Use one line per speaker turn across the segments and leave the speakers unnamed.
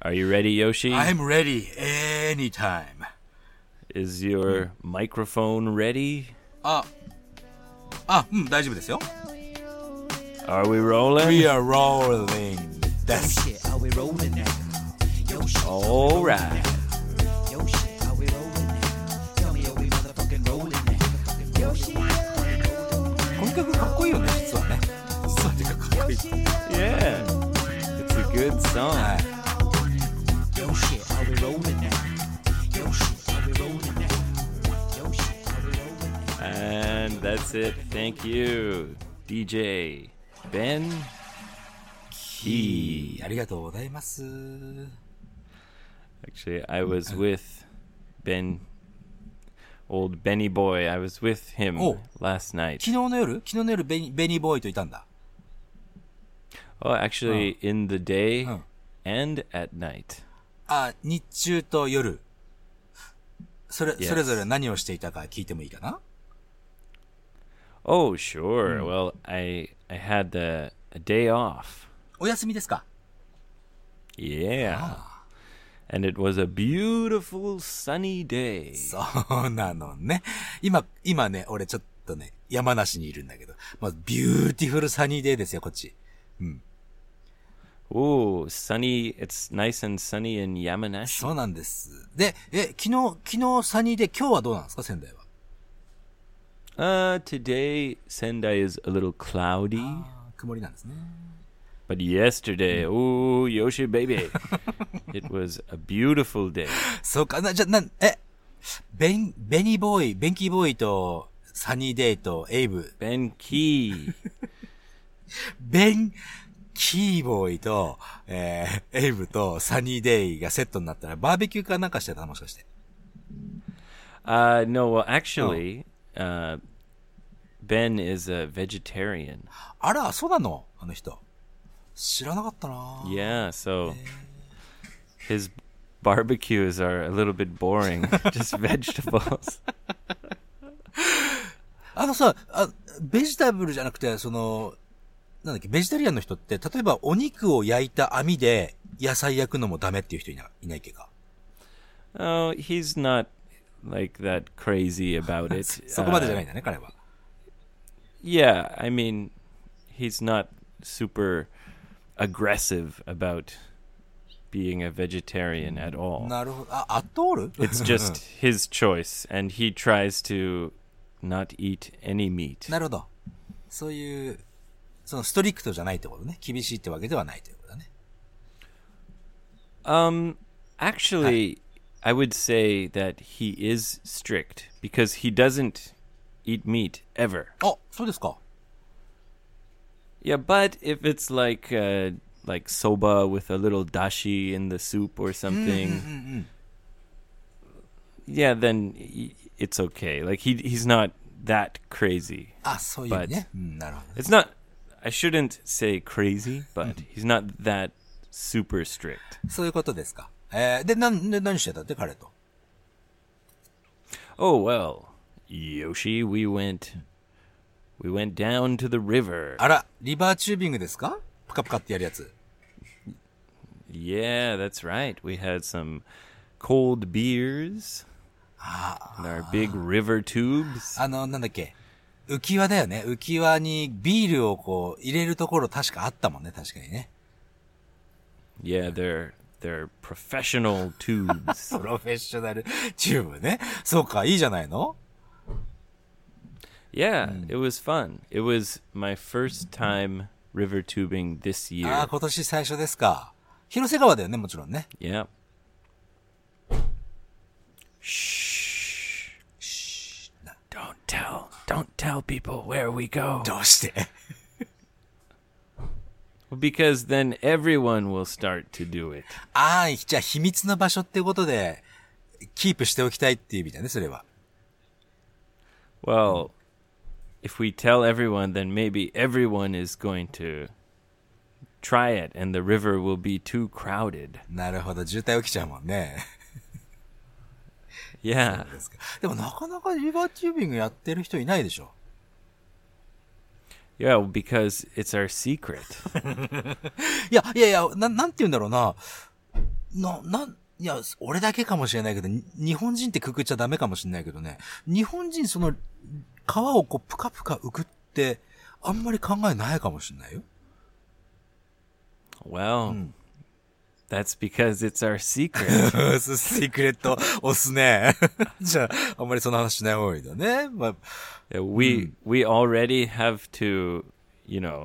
Are you ready, Yoshi?
I'm ready anytime.
Is your microphone ready?
あ、あ、うん、大丈夫ですよ。
Are we rolling?
We are rolling. です。
Shit, are we rolling now? Yo, shit,
All right.
yo, shit, are we rolling now? Tell me, are we motherfucking rolling now? Yo, shit,
この曲かっこいいよね、実はね。実はてかかっこいい。
Yeah. It's a good song.
はい。
yo, shit, are we rolling now? Yo, shit, are we rolling now? Yo, shit, are we rolling now?
And that's it. Thank you, DJ Ben Key.
ありがとうございます。
Actually, I was with Ben, old Benny boy. I was with him
Oh.
last night.
昨日の夜昨日の夜ベニ、ベニーボーイといたんだ。
Oh, actually, in the day
Oh.
and at night.
あ、日中と夜。それ、
Yes.
それぞれ何をしていたか聞いてもいいかな
Oh, sure. Well, I I had a, a day off.
お休みですか
Yeah. And it was a beautiful sunny day.
そうなのね。今、今ね、俺ちょっとね、山梨にいるんだけど、まあ、ビューティフルサニーデーですよ、こっち。
Oh, sunny. It's nice and sunny in Yamanashi.
そうなんです。で、え、昨日、昨日サニーデー、今日はどうなんですか、仙台は。
Uh, today Sendai is a little cloudy,
曇りなんですね。
but yesterday, oh Yoshi baby, it was a beautiful day.
そうか、な、じゃ、なん、え、ベン、ベニーボーイ、ベンキーボーイと、サニーデーと、エイブ、
Benki,
ベン、キーボーイと、えー、エイブとサニーデイがセットになったら、バーベキューかなんかしてたもしかして。
uh, no, well actually, uh, Ben is a vegetarian.
あら、そうなのあの人。知らなかったな
Yeah, so his barbecues are a little bit boring, just vegetables.
あのさ、あ、ベジタブルじゃなくて、その、なんだっけ、ベジタリアンの人って、例えばお肉を焼いた網で野菜焼くのもダメっていう人いないないっけか。
Oh, he's not like that crazy about it.
そこまでじゃ
Uh,
ないんだね、彼は。
Yeah, I mean, he's not super aggressive about being a vegetarian at all.
なるほど。あ、アットオール
It's just his choice, and he tries to not eat any meat.
なるほど。そういう、そのストリクトじゃないってことね。厳しいってわけではないということだね。
Um, actually, I would say that he is strict because he doesn't eat meat ever.
あ、そうですか。
Yeah, but if it's like uh, like soba with a little dashi in the soup or something, yeah, then y- it's okay. Like he he's not that crazy.
あ、そういうね。うん、なるほどね。
It's not. I shouldn't say crazy, but he's not that super strict.
そういうことですか。えー、で、なん、で、何してたって彼と。
Oh well, Yoshi, we went we went down to the river.
あら、リバーチュービングですかプカプカってやるやつ。
Yeah, that's right. We had some cold beers and our big river tubes.
あの、なんだっけ。浮き輪だよね。浮き輪にビールをこう、入れるところ確かあったもんね。確かにね。
Yeah, they're they're professional tubes.
プロフェッショナルチューブね。そうか、いいじゃないの
yeah, it was fun. It was my first time river tubing this
あ
year.
あ、今年最初ですか。広瀬川だよね、もちろんね。
Yeah. Shh. Shh. Don't tell. Don't tell people where we go.
どうして
Because then everyone will start to do it.
ああ、じゃあ秘密の場所ってことで、キープしておきたいっていう意味だね、それは。
Well, if we tell everyone, then maybe everyone is going to try it, and the river will be too crowded.
なるほど、渋滞起きちゃうもんね。
Yeah.
ですかでもなかなかリバーチュービングやってる人いないでしょ。
Yeah, well, because it's our secret.
いや、いやいや、ななんて言うんだろうな。な、なん、いや、俺だけかもしれないけど、に日本人ってくくっちゃダメかもしれないけどね、日本人その、皮をこう、ぷかぷか浮くって、あんまり考えないかもしれないよ。
Well,
Mm.
that's because it's our secret.
シークレット押すね。 じゃあ、あんまりその話しない方がいいだね。まあ、
Uh, we we already have to, you know,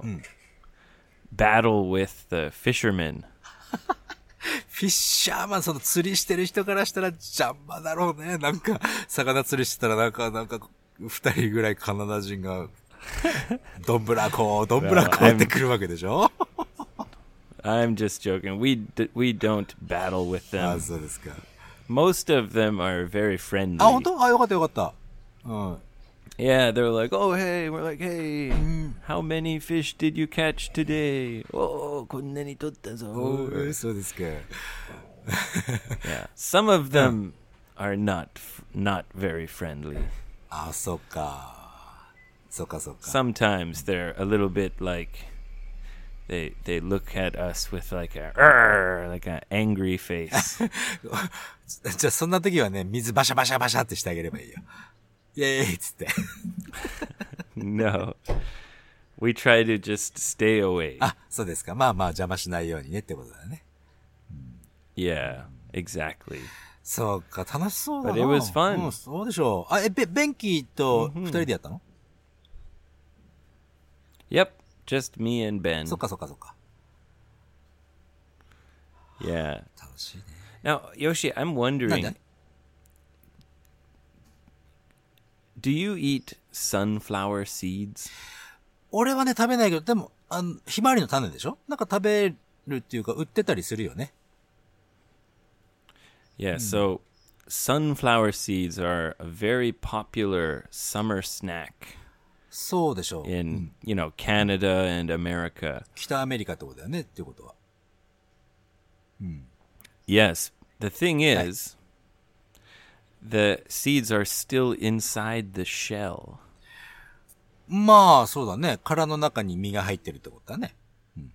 battle with the fishermen.
フィッシャーマン、その釣りしてる人からしたら邪魔だろうね。 なんか、魚釣りしてたらなんか、なんか、二人ぐらいカナダ人 が、どんぶらこう、どんぶらこうってくるわけでしょ
I'm just joking. We d- we don't battle with
あ、
them.
そうですか。
Most of them are very friendly.
あ、本当あ、よかったよかった。うん。
Yeah, they're like, "Oh, hey." We're like, "Hey, how many fish did you catch today?" Oh, こんなに取ったぞ。
そうですか。
Yeah. Some of them are not f- not very friendly.
あ、そっか。そっかそっか。
Sometimes they're a little bit like they they look at us with like a "Arr," like an angry face.
じゃあそんな時はね、水バシャバシャバシャってしてあげればいいよ。イェーイっつって。
no. We try to just stay away.
あ、そうですか。まあまあ邪魔しないようにねってことだね。
Yeah, exactly.
そうか、楽しそうだな。
But it was fun.
うん、そうでしょう。あ、え、べ、ベンキーと二人でやったの、
Yep, just me and Ben.
そっかそっかそっか。
Yeah.
楽しいね。
Now, Yoshi, I'm
なん
wondering,
で
do you eat sunflower seeds?
俺はね、食べないけど、でも、あの、ひまわりの種でしょなんか食べるっていうか、売ってたりするよね。
Yeah, so sunflower seeds are a very popular summer snack
そうでしょう。
in, you know, Canada and America.
北アメリカってことだよねっていうことは。
Yes, the thing is the seeds are still inside the shell.
まあ、そうだね。殻の中に実が入ってるってことだね。うん。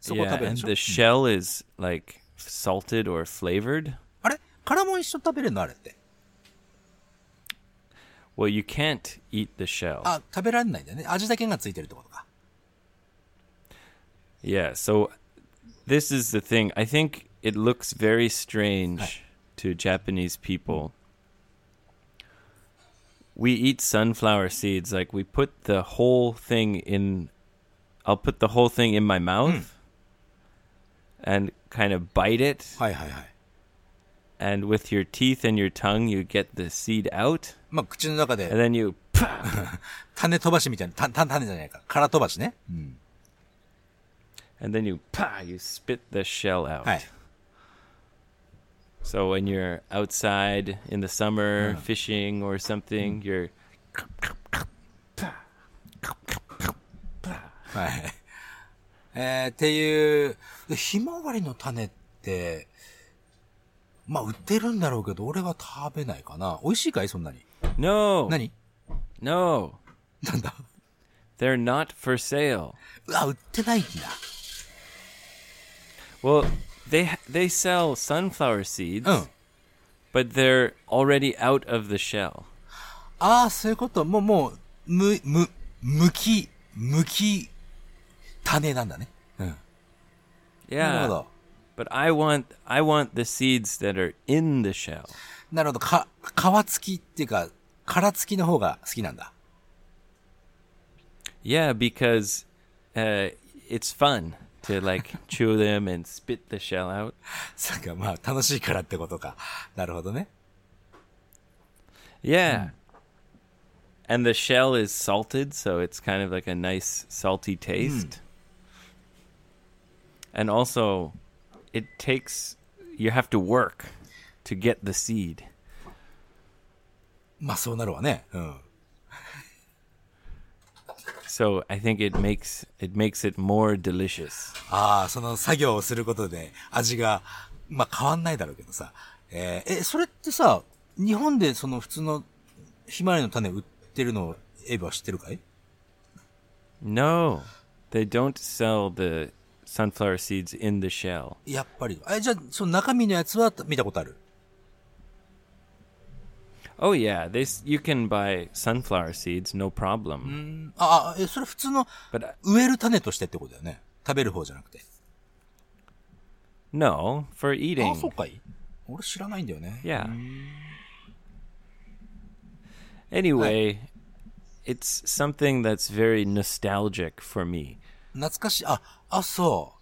そこ
Yeah,
食べるで
and
しょ、
the shell is like salted or flavored.
あれ殻も一緒に食べれるのあれって。
Well, you can't eat the shell.
あ、食べられないんだよね。味だけがついてるってことか。
Yeah, so this is the thing. I think it looks very strange to Japanese people. We eat sunflower seeds, like we put the whole thing in I'll put the whole thing in my mouth and kind of bite it
はいはいはい。
and with your teeth and your tongue you get the seed out
まあ、口の中で
and then you
種飛ばしみたいな、た、た、種じゃないか。殻飛ばしね。
and then you pa you spit the shell out.
はい。
So when you're outside in the summer fishing or something, you're
はい。えー、っていう、でひまわりの種って、まあ、売ってるんだろうけど、俺は食べないかな。美味しいかいそんなに。
no,
何
no,
なんだ
they're not for sale.
うわ、売ってないんだ。
Well, they they sell sunflower seeds,
うん。
but they're already out of the shell.
ああ、そういうこと。もう、もう、む、む、むき、むき、種なんだね。うん。なる
Yeah,
ほど。
but I want I want the seeds that are in the shell.
なるほど。か、皮付きっていうか、殻付きの方が好きなんだ。
Yeah, because uh, it's fun to like chew them and spit the shell out.
そうか、まあ、楽しいからってことか。なるほどね。
Yeah. And the shell is salted, so it's kind of like a nice salty taste. And also, it takes you have to work to get the seed.
まあ、そうなるわね。うん。
So I think it makes it makes it more delicious.
ああ、その作業をすることで味が、まあ変わんないだろうけどさ。えーえ、それってさ、日本でその普通のひまわりの種売ってるのをエイブは知ってるかい
No, they don't sell the sunflower seeds in the shell.
やっぱり。え、じゃあ、その中身のやつは見たことある
Oh yeah, this you can buy sunflower seeds, no problem.
あ、あえ、それ普通の
But uh,
植える種としてってことだよね。食べる方じゃなくて。
no, for
あ、
eating.
そうかい俺知らないんだよね。
Yeah. Anyway, it's something that's very nostalgic for me.
懐かしい。あ、あ、そう。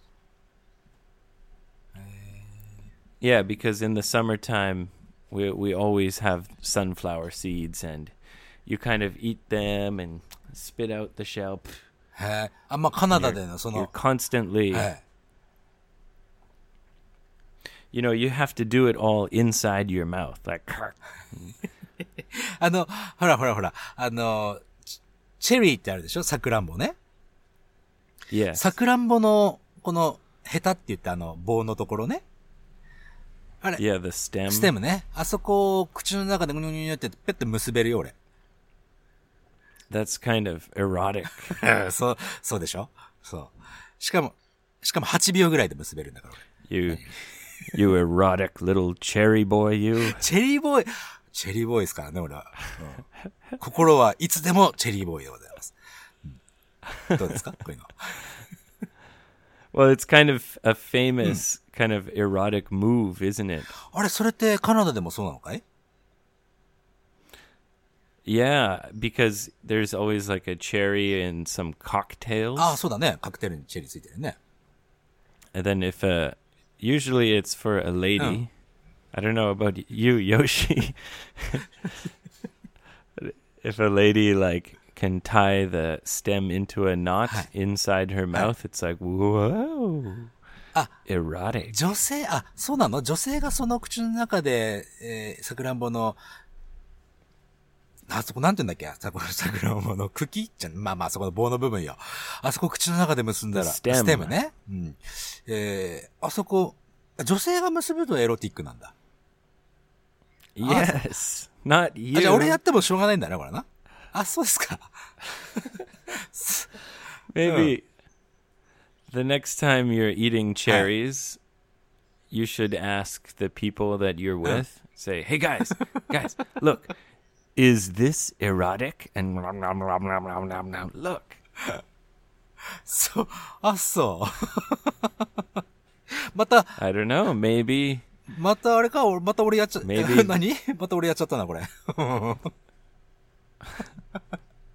Yeah, because in the summertime, we we always have sunflower seeds, and you kind of eat them and spit out the shell.
へえ。あ、まあ、カナダでの、そ
You're
の、
constantly,
はい。
you know, you have to do it all inside your mouth, like. "Krr."
あの、ほらほらほら、あの、チチェリーってあるでしょサクランボね。
Yeah.
サクランボの、この、ヘタって言ったあの、棒のところね。あれ、
Yeah, the stem.
ステムね。あそこを口の中でグニュグニュグニュって、ペッて結べるよ、俺。
That's kind of erotic.
そう、そうでしょそう。しかも、しかも8秒ぐらいで結べるんだから、俺。
You, you erotic little cherry boy, you.
チェリーボーイ、チェリーボーイですからね、俺は。うん心はいつでもチェリーボーイでございます。うんどうですかこういうの。
Well, it's kind of a famous kind of erotic move, isn't it?
あれ、それってカナダでもそうなのかい
Yeah, because there's always like a cherry in some cocktails.
ああ、そうだね。カクテルにチェリーついてるね。
And then if uh usually it's for a lady. I don't know about y- you, Yoshi. if a lady like can tie the stem into a knot inside her mouth, it's like whoa.
Ah.
Erotic.
女性、あ、そうなの女性がその口の中で、えー、さくらんぼの、あそこなんて言うんだっけさこのさくらんぼの茎じゃん、まあまあ、そこの棒の部分よ。あそこ口の中で結んだら、
ステム
ステムね。うん。えー、あそこ、女性が結ぶとエロティックなんだ。
Yes. Not
あ、
you.
じゃあ俺やってもしょうがないんだね、これな。あ、そうですか。
Maybe the next time you're eating cherries, you should ask the people that you're with, say, hey guys, guys, look, is this erotic? And nom, nom, nom, nom, nom, nom, nom. look.
そう、あ、そう。 また、
I don't know. Maybe
またあれか、俺また俺やっちゃ、
Maybe.
何また俺やっちゃったな、これ。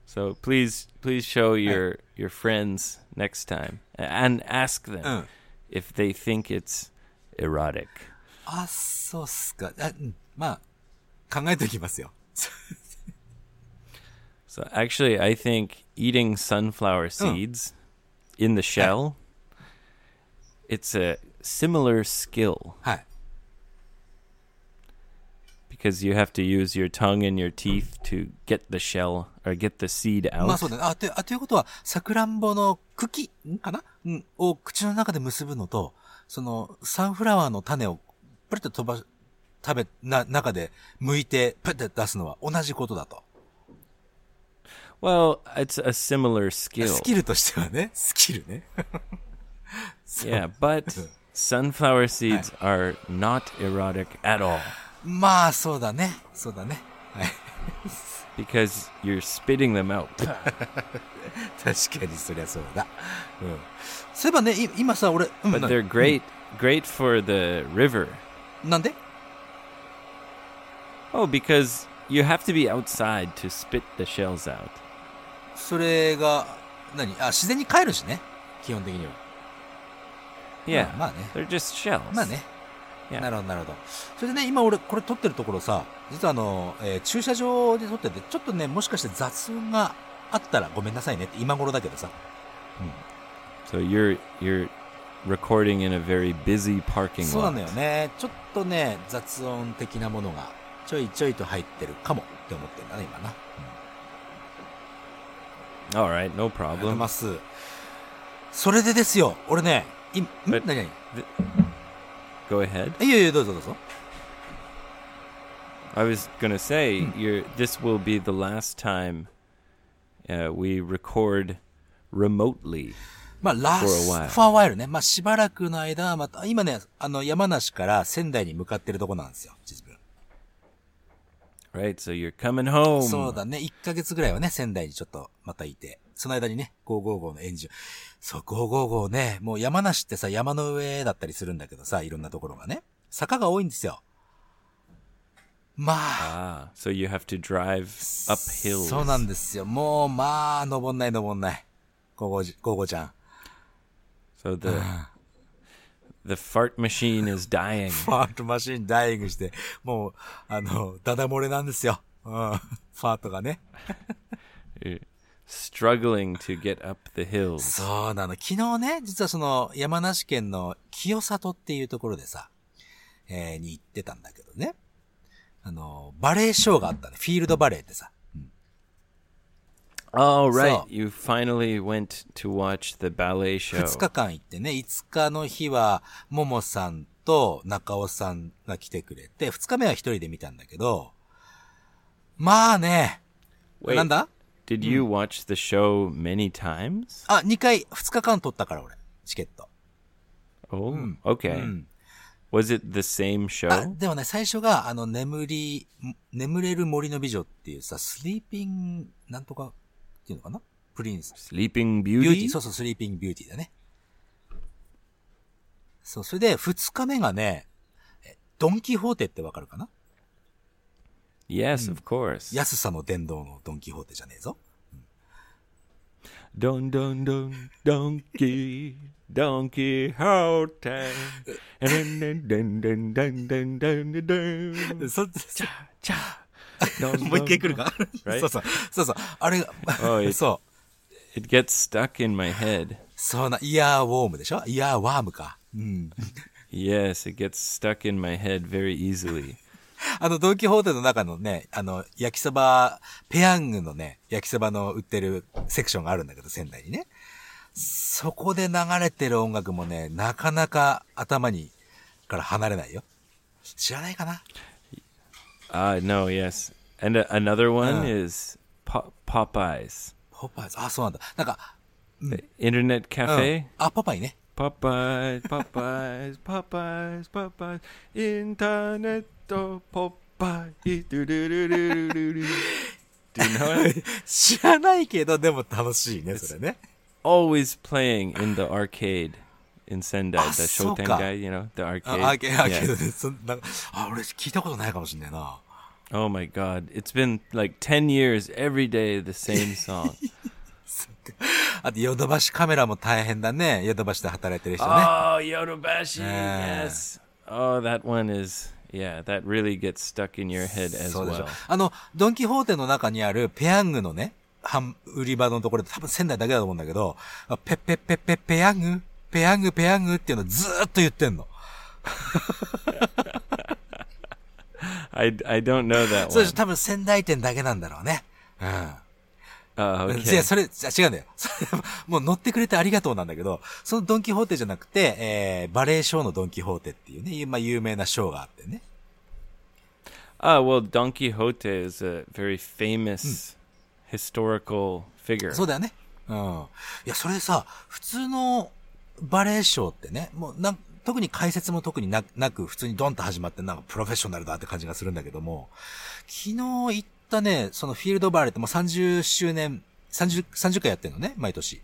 so. Please, please show your your friends next time and ask them
Mm.
if they think it's erotic.
あ、そうっすか。あ、うん。まあ、考えておきますよ。
So actually, I think eating sunflower seeds in the shell, it's a similar skill
はい。
because you have to use your tongue and your teeth to get the shell or get the seed
まあ
out.
そうだね。あ、とあということは、さくらんぼの茎んかなうん。を口の中で結ぶのと、その、サンフラワーの種を、プリッと飛ばし、食べ、な、中で、剥いて、プッて出すのは同じことだと。
Well, it's a similar skill.
スキルとしては ね、スキルね。
Yeah, but sunflower seeds are not erotic at all
まあ、そうだね。そうだね。はい。
because you're spitting them out.
確かに、そりゃそうだ。うん。そういえばね、い今さ、俺、うん
But they're great, great for the river.
ななんで
Oh, because you have to be outside to spit the shells out.
それが、何あ、自然に帰るしね。基本的には。
Yeah.
Oh, money.
They're just shells.
まあね。
Yeah.
なるほど、なるほど。それでね、今俺、これ撮ってるところさ、実はあの、えー駐車場で撮ってて、ちょっとね、もしかして雑音があったらごめんなさいねって、今頃だけどさ。
So you're you're recording in a very busy parking
そうなのよ
lot.
ね。ちょっとね、雑音的なものが、ちょいちょいと入ってるかもって思ってんだね、今な。
All right, no
ありがとうござ
problem.
います。それでですよ、俺ね、い、ん
え
何何
Go ahead.
えいやいや、どうぞどうぞ。
I was gonna say
Hmm.
you're, this will be the last time uh, we record remotely.
まあ、ラ
For a while.
ス、ファーワイルね。まあ、しばらくの間、また、今ね、あの、山梨から仙台に向かってるとこなんですよ、実分。
Right, so you're coming home.
そうだね。1ヶ月ぐらいはね、仙台にちょっとまたいて。その間にね、555のエンジン。そう、555ね。もう山梨ってさ、山の上だったりするんだけどさ、いろんなところがね。坂が多いんですよ。まあ、
Ah, so you have to drive uphill.
そうなんですよ。もう、まあ、登んない登んない。55、55ちゃん。
So
Ah.
the the fart machine is dying.
ファートマシンダイイングして、もう、あの、ダダ漏れなんですよ。うん。ファートがね。
You're struggling to get up the hills.
そうなの。昨日ね、実はその、山梨県の清里っていうところでさ、えーに行ってたんだけどね。あの、バレーショーがあったね。フィールドバレーってさ。
Oh right,
So-
you finally went to watch the ballet show.
2日間行ってね、5日の日は、ももさんと中尾さんが来てくれて、2日目は一人で見たんだけど、まあね、
Wait,
なんだ
Did you watch the show many times?
あ、2回、2日間取ったから俺、チケット。
Oh, okay. Was it the same
あ、
show?
でもね、最初が、あの、眠り、ん眠れる森の美女っていうさ、スリーピン、なんとか、っていうのかなプリンス。
Sleeping
ビ
Beauty?
ューティー、そうそう、スリーピングビューティーだね。そう、それで、二日目がね、えドンキホーテってわかるかな
Yes, of course.
安さの殿堂のドンキホーテじゃねえぞ。
Don don don donkey donkey how time and then then then then then then then then
そ、
Don,
もう一
don,
回来る
don.
か
Right?
そうそう、そうそう、あれが、
おい
そう。
It gets stuck in my head.
そうな、イヤーウォームでしょイヤーワームか。うん。
Yes, it gets stuck in my head very easily.
あの、ドンキホーテの中のね、あの、焼きそば、ペヤングのね、焼きそばの売ってるセクションがあるんだけど、仙台にね。そこで流れてる音楽もね、なかなか頭に、から離れないよ。知らないかな
Ah, no, yes. And a- another one is po- Popeyes.
ポパイズ。あ、そうなんだ。なんか、
The internet
うん
cafe.
あ、ポパイね。
Popeyes, Popeyes, Popeyes, Popeyes. Internet oh, Popeyes. Do, do, do, do, do, do. Do you know it?
知らないけど、でも楽しいね、それね。
Always playing in the arcade in Sendai,
Ah,
the
so
Shoten
ka.
guy, you know, the
あ
arcade.、
あけ、あ
Yeah.
けどね、そんな、あ、俺聞いたことないかもしんないな。
Oh my god. It's been like 10 years every day the same song.
あと、ヨドバシカメラも大変だね。ヨドバシで働いてる人ね。
oh, Yodobashi.
Yeah.
Yes. Oh, that one is yeah, that really gets stuck in your head as
そうでしょ
well.。
あの、ドンキホーテの中にあるペヤングのね、販売り場のところで多分仙台だけだと思うんだけど、あペッペッペッペッペヤング、ペヤングペヤングっていうのずーっと言ってんの。
I, I don't know that
そう
one.
でしょ、多分仙台店だけなんだろうね。うん。
Oh,
い
okay.
や、それ、じゃ違うんだよ。 それもう乗ってくれてありがとうなんだけど、そのドンキホーテじゃなくて、えー、バレエショーのドンキホーテっていうね、まあ有名なショーがあってね。
Ah, well, Don Quixote is a very famous historical figure.
そうだよね。うん。いや、それさ、普通のバレエショーってね、もうなん、特に解説も特にななく、普通にドンと始まってなんかプロフェッショナルだって感じがするんだけども、昨日行ったね、そのフィールドバレーってもう30周年、30、30回やってんのね、毎年。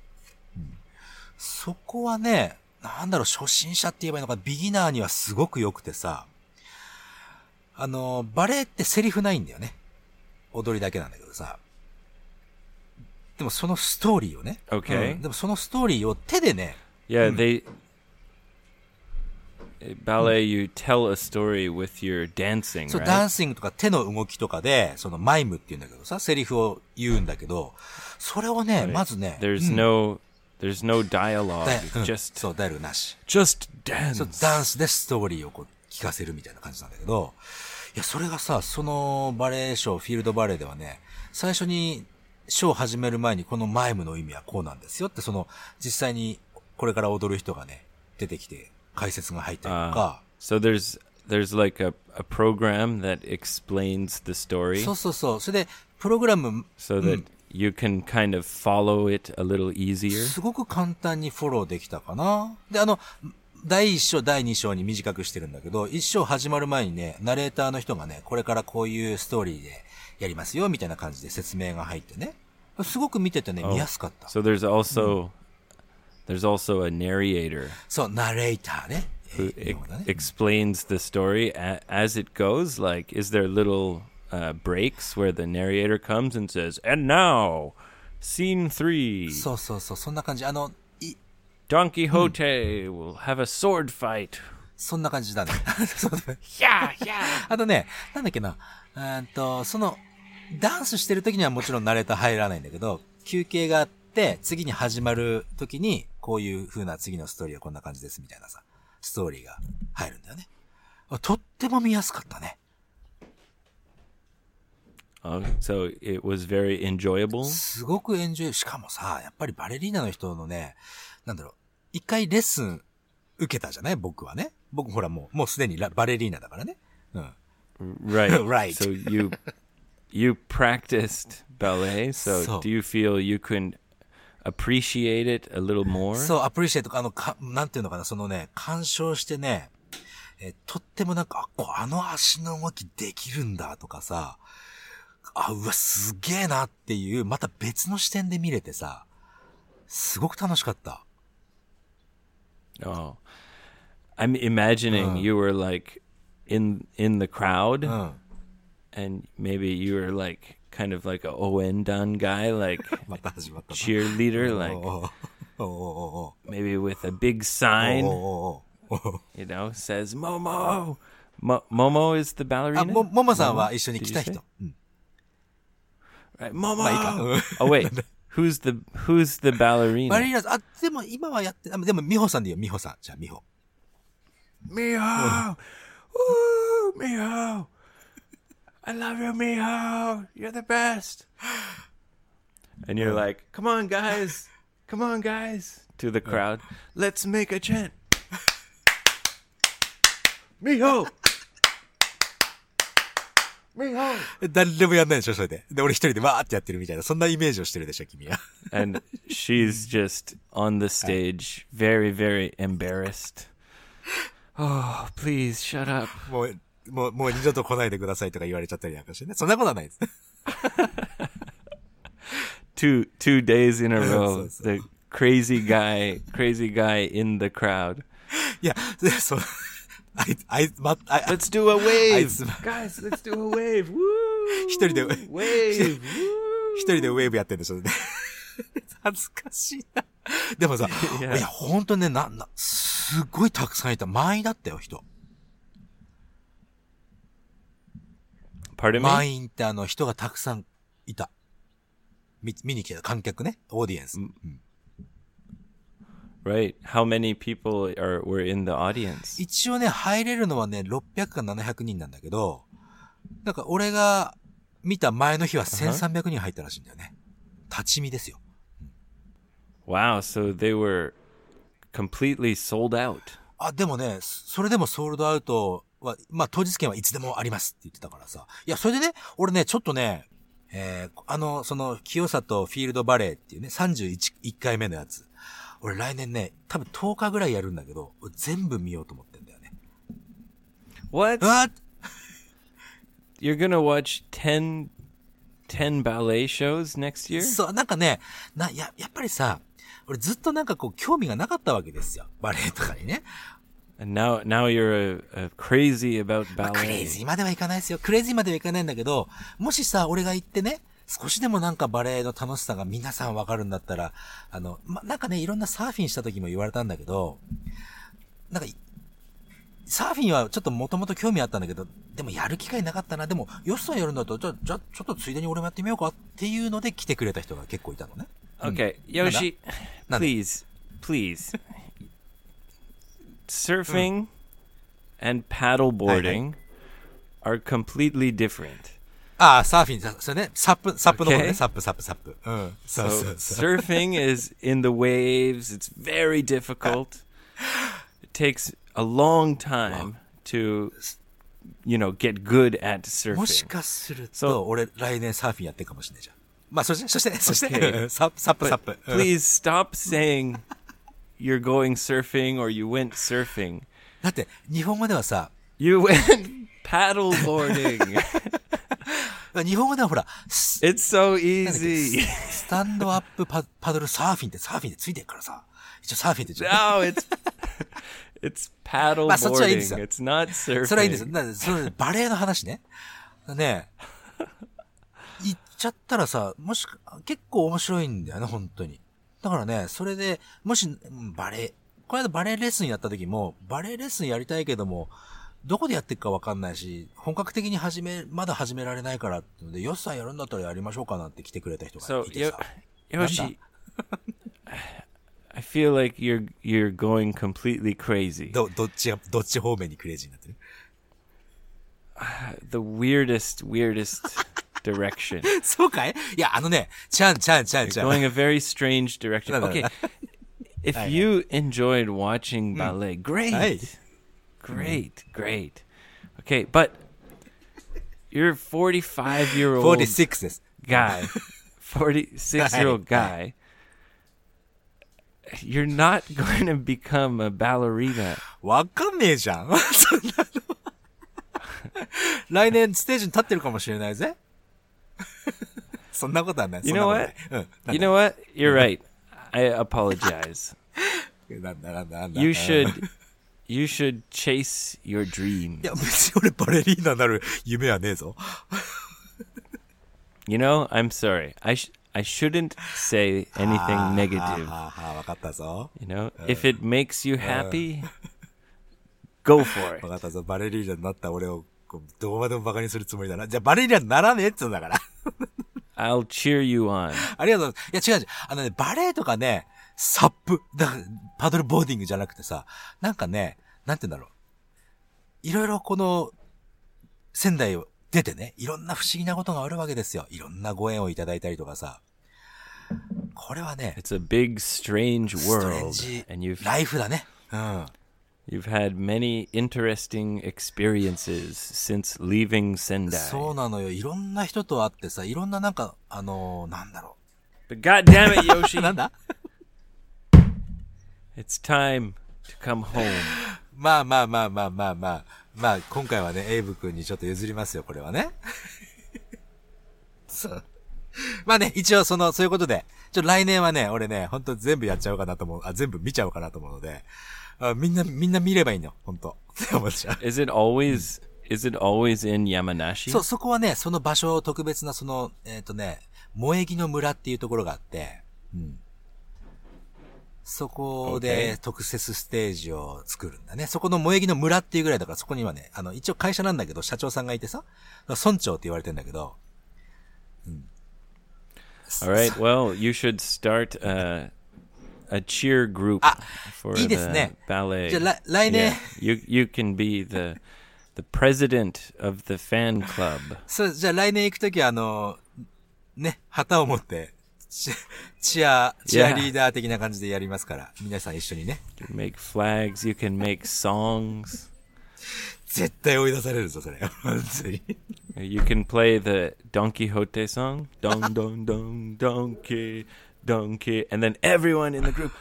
そこはね、なんだろう、初心者って言えばいいのか、ビギナーにはすごく良くてさ、あの、バレエってセリフないんだよね。踊りだけなんだけどさ。でもそのストーリーをね。
Okay.
うんでもそのストーリーを手でね、
yeah, they uh, ballet you tell a story with your dancing,
そう、
right?
ダンシングとか手の動きとかで、そのマイムって言うんだけどさ、セリフを言うんだけど、それをね、まずね、
There's no there's no dialogue.
だ
It's
うん
just
そう、ダイヤルなし。
just dance.
そう、ダンスでストーリーをこう、聞かせるみたいな感じなんだけど、いや、それがさ、そのバレエショー、フィールドバレエではね、最初に、ショーを始める前にこのマイムの意味はこうなんですよって、その、実際にこれから踊る人がね、出てきて、解説が入ったりとか、
So there's there's like a, a program that explains the story
そうそうそう、それで、プログラム
so that you can kind of follow it a little easier.
すごく簡単にフォローできたかな。で、あの、第1章、第2章に短くしてるんだけど、1章始まる前にね、ナレーターの人がね、これからこういうストーリーでやりますよ、みたいな感じで説明が入ってね。すごく見ててね、見やすかった。
So there's also there's also a narrator
そう、ナレーターね。え
who
ー
e-
日本語だね
explains the story a- as it goes. Like, is there little uh, breaks where the narrator comes and says, "And now, scene three,
そうそうそう、そんな感じ。あの、い、
Don Quixote will have a sword fight."
そんな感じだね。 そうだね
Yeah, yeah.
あとね、なんだっけな、うーんと、その、ダンスしてる時にはもちろんナレーター入らないんだけど、休憩があって、次に始まる時に、こういう風な次のストーリーはこんな感じですみたいなさ、ストーリーが入るんだよね。あとっても見やすかったね。
Oh, so it was very enjoyable.
すごくエンジョイ、しかもさ、やっぱりバレリーナの人のね、なんだろう、一回レッスン受けたじゃない僕はね。僕ほらもう、もうすでにラバレリーナだからね。うん。
Right.
Right.
So you you practiced ballet. So,
So-
do you feel you can appreciate it a little more?
そう、アプリシェイト、あの、か、なんていうのかな、そのね、鑑賞してね、えーとってもなんか、あこう、あの足の動きできるんだとかさ、あ、うわ、すげえなっていう、また別の視点で見れてさ、すごく楽しかった。
oh. I'm imagining
Uh.
you were like in in the crowd
うん。
and maybe you were like kind of like a Owen Dunn guy like
また始まったな。
cheerleader
お
like
おおお
maybe with a big
お
sign
おおお
you know says Momo Mo- Momo is the ballerina
あ、も、ももさんは一緒に
Did
来
you
た
say?
人。うん。
Right, Momo
いいかうん
oh wait who's the who's the ballerina
バレリーナ、あ、でも今はやって、あでも美穂さんでいいよ、美穂さん。じゃあ美穂。
Miho! Woo! Miho! I love you, Miho! You're the best! And you're like, come on, guys! Come on, guys! Oh. To the crowd. Let's make a chant! Miho! Miho!
誰もやんないでしょ、それで。で、俺一人でわーってやってるみたいな、そんなイメージをしてるでしょ、君は。
And she's just on the stage, very, very embarrassed. Oh, please shut up.
もう、もう、もう二度と来ないでくださいとか言われちゃったりなんかしてね。そんなことはないです。
two two days in a row.
so-
The crazy guy, crazy guy in the crowd.
いや、でそう、あい、あい、ま、あ、あ
Let's do a wave,
I-
guys. Let's do a wave. Woo!
一人で
wave.
一人でウェーブやってるんでしょ、ね、 恥ずかしいな。で もさ、い
や
や、ほんとね、な、な、すごいたくさんいた。満員だったよ、人。
Pardon me.
満員ってあの、人がたくさんいた。見、見に来た観客ね、オーディエンス。
Right. How many people are were in the audience?
一応ね、入れるのはね、600か700人なんだけど、なんか俺が見た前の日は1300人入ったらしいんだよね。立ち見ですよ。
Wow. So they were completely sold out.
あ、でもね、そそれでもソールドアウトは、まあ当日券はいつでもありますって言ってたからさ。いや、それでね、俺ね、ちょっとね、えーあの、その、清里フィールドバレーっていうね、31 1回目のやつ。俺来年ね、多分10日ぐらいやるんだけど、俺全部見ようと思ってんだよね。
What?
うわー
You're gonna watch 10, 10 ballet shows next year?
そう、なんかね、な、や、やっぱりさ、俺ずっとなんかこう、興味がなかったわけですよ。バレエとかにね。
And now now you're a, a crazy about
まあ
ballet.
クレイジーまではいかないですよ。クレイジーまではいかないんだけど、もしさ、俺が行ってね、少しでもなんかバレエの楽しさが皆さんわかるんだったら、あの、ま、なんかね、いろんなサーフィンした時も言われたんだけど、なんかい、サーフィンはちょっともともと興味あったんだけど、でもやる機会なかったな。でも、よしさんやるんだと、じゃあ、じゃあ、ちょっとついでに俺もやってみようかっていうので来てくれた人が結構いたのね。
Okay, Yoshi,
Nada.
please, please. Surfing and paddle boarding are completely different.
ああ、サーフィン、さそれね、サップ、サップのことね、
Okay.
サップ、サップ、サップ。うん。そ
So
うそうそう。
surfing is in the waves, it's very difficult. It takes a long time to you know, get good at
もし
surfing.
かする
そう
と、俺、来年サーフィンやってるかもしれないじゃん。まあ、そして、そして、そして、
Okay.
サップ、サップ、サッ
But
プ。うん
please stop saying you're going surfing or you went surfing.
だって、日本語ではさ、
You went paddleboarding.
日本語ではほら、ス
it's so
なんだっけ
easy.
スタンドアップパパドルサーフィンってサーフィンでついてるからさ。一応サーフィンってちょっと
No, it's it's
まあ、そっちはいいんですよ。
paddleboarding. It's not
それはいいんですよ。
surfing.
なんで、そのバレエの話ね。ねえ。行っちゃったらさ、もしか、結構面白いんだよね、本当に。だからね、それで、もし、うんバレエ、この間バレエレッスンやった時も、バレエレッスンやりたいけども、どこでやっていくかわかんないし、本格的に始め、まだ始められないからってので、よっさんやるんだったらやりましょうかなって来てくれた人が
So
いて
Yo-
さ。"Oh,
Yoshi, I feel like you're you're going completely crazy.
ど、どっちが、どっち方面にクレイジーになってる
The weirdest, weirdest direction.
そうかいいや、あのね、ちゃんちゃんちゃんちゃん。
going a very strange direction.
No, no,
Okay.
no.
If you enjoyed
Hmm.
watching ballet, great.
Right.
Great,
Hmm.
great. Okay, but you're 45 year old
46です。
guy, 46 year old guy. You're not going to become a ballerina.
わかんねえじゃん。 そんなの。来年ステージに立ってるかもしれないぜ。 そんなことはない。
You know
そんな
what?
ことない
You know what? You're right. I apologize.
うん。なんだなんだなんだ。
You
うん。い
should you should chase your dream.
や、別に俺バレリーナになる夢はね えぞ。
You know, I'm sorry. I sh- I shouldn't say anything
あ
negative.
はあはあ、わかったぞ。
You know, if it makes you happy, go for
わ
it.
かったぞ。バレリーナになった俺を、こうどうまでもバカにするつもりだな。じゃあバレリーナにならねえっつうんだから。
I'll cheer you on.
ありがとうございます。いや、違う違う。あのね、バレエとかね、サップ、だからパドルボーディングじゃなくてさ、なんかね、なんて言うんだろう。いろいろこの、仙台を出てね、いろんな不思議なことがあるわけですよ。いろんなご縁をいただいたりとかさ。これはね、
It's a big strange
ストレン
world
ジ
and you've
ライフだね。うん。
you've had many interesting experiences since leaving
そう
Sendai.
なのよ。いろんな人と会ってさ、いろんななんか、あのーなんだろ
But goddamn it, Yoshi,
う。なん だ
it's time to come home.
まあまあまあまあまあまあ。まあ、今回はね、エイブ君にちょっと譲りますよ、これはね。 そう。まあね、一応その、そういうことで、ちょっと来年はね、俺ね、ほんと全部やっちゃおうかなと思う、あ、全部見ちゃおうかなと思うので、あみんな、みんな見ればいいの、ほんと。って思っちゃう。
Is it always is it always in Yamanashi?
そう、そこはね、その場所を特別な、その、えっ、とね、萌木の村っていうところがあって、うん。そこで
Okay.
特設ステージを作るんだね。そこの萌木の村っていうぐらいだから、そこにはね、あの、一応会社なんだけど、社長さんがいてさ、村長って言われてんだけど、
All right. Well, you should start a a cheer group
Ah,
for
いいですね。
the ballet.
じゃあ、来-来年。
you you can be the the president of the fan club.
そう、じゃあ来年行くときは、あの、ね、旗を持って、チチア、チア
Yeah.
リーダー的な感じでやりますから、皆さん一緒にね、
You can make flags. You can make songs.
絶対追い出されるぞ、それ。 本当に。
You can play the Don Quixote song. Don don don donkey donkey, and then everyone in the group.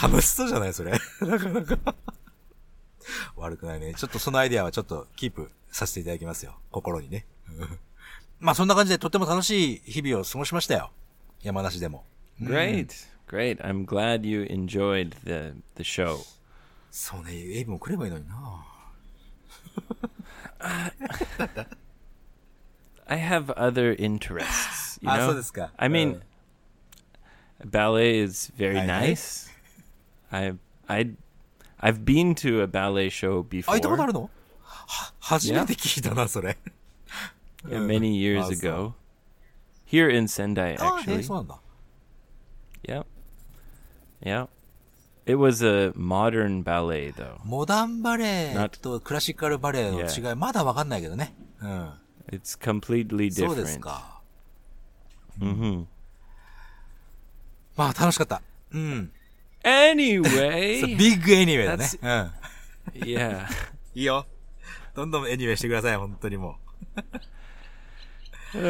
楽しそうじゃないそれ。なかなか。悪くないね。ちょっとそのアイディアはちょっとキープさせていただきますよ。心にね。 まあそんな感じでとっても楽しい日々を過ごしましたよ。山梨でも。
Great, great. I'm glad you enjoyed the the show.
そうね、エイブも来ればいいのにな
I have other interests. You
あ
know?
そうですか
I mean, ballet is very
はいはい。
nice. I I I've been to a ballet show
あ、
before
行ったことあるのは、初めて聞いたな、それ。
yeah, many years
あ、そう。
ago. Here in Sendai,
ああ、ね
actually.
そうなんだ。
Yeah, yeah. It was a modern ballet, though.
モダンバレー
Not-
とクラシカルバレーの違い、まだわかんないけどね。うん。
It's completely
そうです
different. Mm-hmm.
か。うん。まあ楽しかった。うん。
Anyway,
ビッグエニウェイだね。うん。
yeah.
いいよ。どんどんエニウェイしてください、本当にも
okay.
う。オ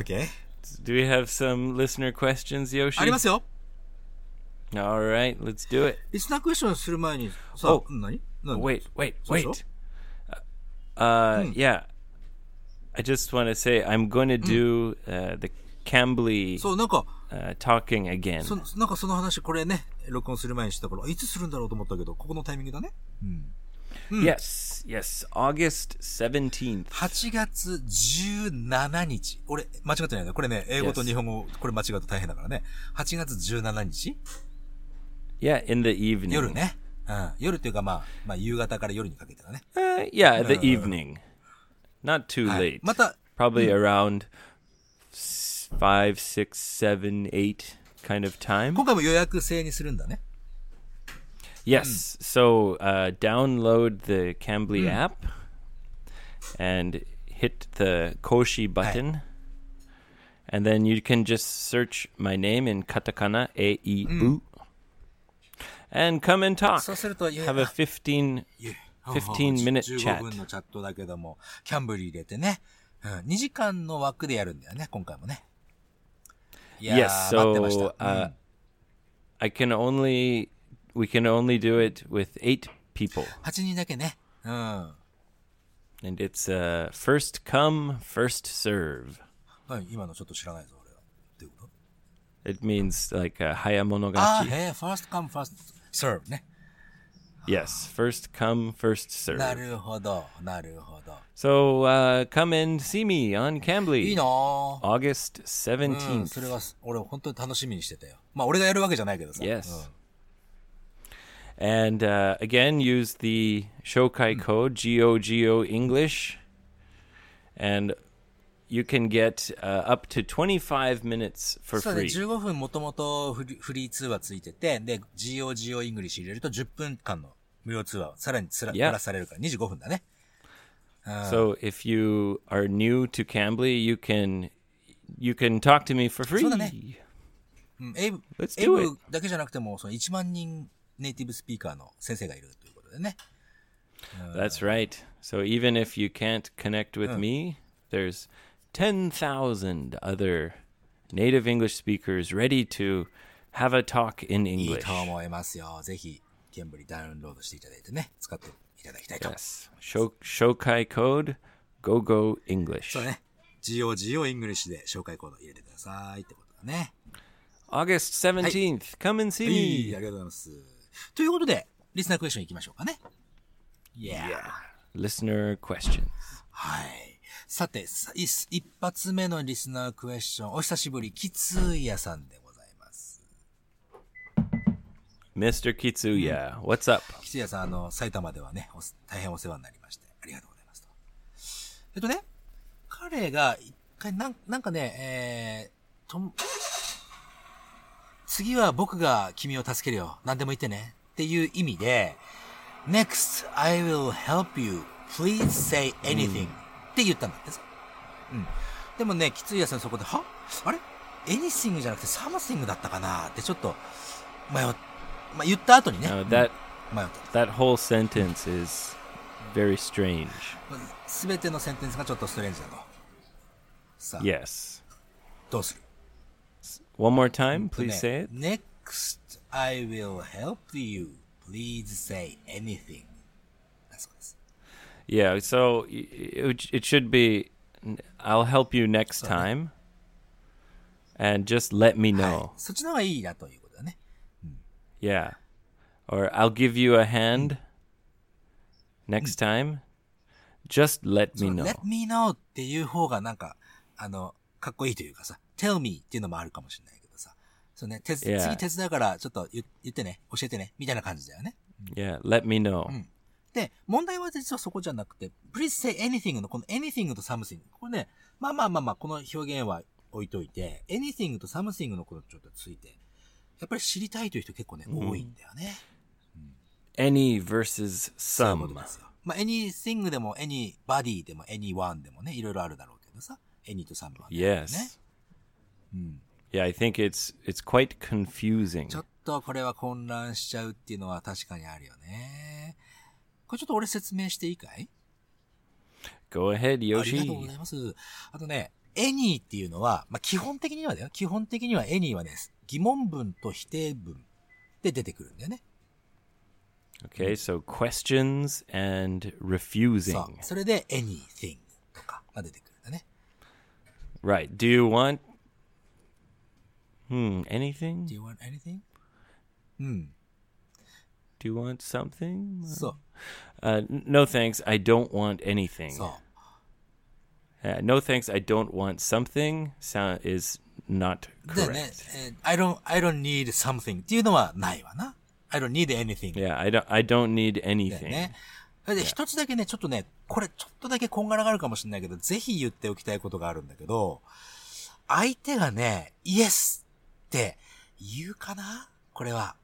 ッケー
Do we have some listener questions, Yoshi?
ありますよ。
All right, let's do it.
リスナークエスチョンする前に、さ、
Oh.
何何
Wait, wait,
そうでしょ
wait. Uh, yeah. I just want to say I'm going to do uh, the Cambly
そう、なんか、
uh, talking again.
そなんかその話、これね、録音する前にしてたから、いつするんだろうと思ったけど、ここのタイミングだね。
Yes, yes. August 17th.
8月17日。俺、間違ってないな。これね、英語と
Yes.
日本語、これ間違うと大変だからね。8月17日
Yeah, in the evening.
夜ね。うん。夜っていうか、まあ、まあ、夕方から夜にかけてだね。
Uh, yeah, the evening. Not too
はい。
late.
また、
Probably around s- five, six, seven, eight kind of time.
今回も予約制にするんだね。
Yes. So uh, download the Cambly app and hit the Koshi button. And then you can just search my name in katakana, A E U. And come and talk.
そうすると、予
Have a 15. 15 minute chat
15分のチャットだけども、キャンブリー入れてね。うん。2時間の枠でやるんだよね、今回もね。いやー
Yes,
待ってました。
so
うん
uh, I can only. We can only do it with eight people.
8人だけね。うん。
And it's uh, first come, first serve.
何今のちょっと知らないぞ、俺は。どういうこと
It means like uh, hayamonogachi.
ああ、へえ、first come, first serve ね。
Yes, first come, first
な
serve.
るほど、なるほど。
So uh, come and see me on
いい
Cambly,
なぁ。
August
う
17th.
ん、それは、俺本当に楽しみにしてたよ。まあ、俺がやるわけじゃないけどさ。
Yes. And uh, again, use the Shokai code GOGO English, and you can get uh, up to 25 minutes
う
for
んそうね、
free.
15分もともとフリフリー通話ついてて、で、GOGO イングリッシュ入れると10分間の無料通話をさらにつら、
Yeah.
プラスされるから25分だね。
So if you are new to Cambly, you can you can talk to me for free.
うん、エイブ、
Let's
エイ
do
ブだけじゃなくても、その1万人ネイティブスピーカーの先生がいるということでね。
That's right. So even if you can't connect with me, there's 10,000 other native English speakers ready to have a talk in
いい
English.
と思いますよ。ぜひ、ケンブリダウンロードしていただいてね、使っていただきたいと。
Yes. Sho- Shokai code GoGo English.
そうね。GOGO イングリッシュで紹介コード入れてくださいってことだね。
August 17th. Come and see
いい、
me.
ありがとうございます。ということで、リスナークエスチョンいきましょうかね。いやー
Listener questions.
はい。さて、さい一発目のリスナークエスチョン、お久しぶり、キツーヤさんでございます。
Mr. Kitsuya, what's up?
キツーヤさん、あの、埼玉ではね、お大変お世話になりまして、ありがとうございますと。えっとね、彼が、一回、なんなんかね、えー、とん、次は僕が君を助けるよ。何でも言ってね。っていう意味で、Next, I will help you. Please say anything.、って言ったんだってさ。うん。でもね、きついやつのそこで、はあれ ?anything じゃなくて something だったかなってちょっと迷っ、まあ、言った後にね、
Now Uh, that
迷った。
that whole sentence is very strange.
すべてのセンテンスがちょっとストレンジだと。さあ、
Yes.
どうする
One more time,
とね
please say it.
Next, I will help you. Please say anything. だそうです。
Yeah, so y- it, would- it should be n- I'll help you next time. And just let me
はい
know.
そっちの方がいいなということだね。
Yeah. Or I'll give you a hand next time. Just let me know.
Hmm. Let me know っていう方がなんか、あの、かっこいいというかさ、tell me っていうのもあるかもしれないけどさ。そうね、手
Yeah.
次手伝うからちょっと言言ってね、教えてね、みたいな感じだよね。
Yeah, let me
Hmm.
know.
で、問題は実はそこじゃなくて、please say anything のこの anything と something。これね、まあまあまあまあ、この表現は置いといて、anything と something のこのちょっとついて、やっぱり知りたいという人結構ね、多いんだよね。
Any versus
そういうこと
some.
ですよ。まあ、anything でも anybody でも anyone でもね、いろいろあるだろうけどさ、any と someone でもね。
Yes.
Hmm.
Yeah, I think it's it's quite confusing.
ちょっとこれは混乱しちゃうっていうのは確かにあるよね。これちょっと俺説明していいかい
Go ahead,
ありがとうご
Yoshi.
ざいます。あとね、エニーっていうのは、まあ、基本的にはだよ。基本的にはエニーはね、疑問文と否定文で出てくるんだよね。
Okay, so questions and refusing.
そう。それで anything とかが出てくるんだね。
Right. Do you want hmm anything?
Do you want anything? うん。
Do you want something?
そ
Uh, n- no thanks. I don't want anything.
う。そう。
Uh, no thanks. I don't want something. Sound is not
だよね
correct.、
えー I don't, I don't need something っていうのはないわな。I don't need anything.
Yeah, I don't. I don't need
だよ
anything.
ね。で、一つだけね、ちょっとね、これちょっとだけこんがらがるかもしれないけど、ぜひ言っておきたいことがあるんだけど、相手がね、イエスって言うかなこれは。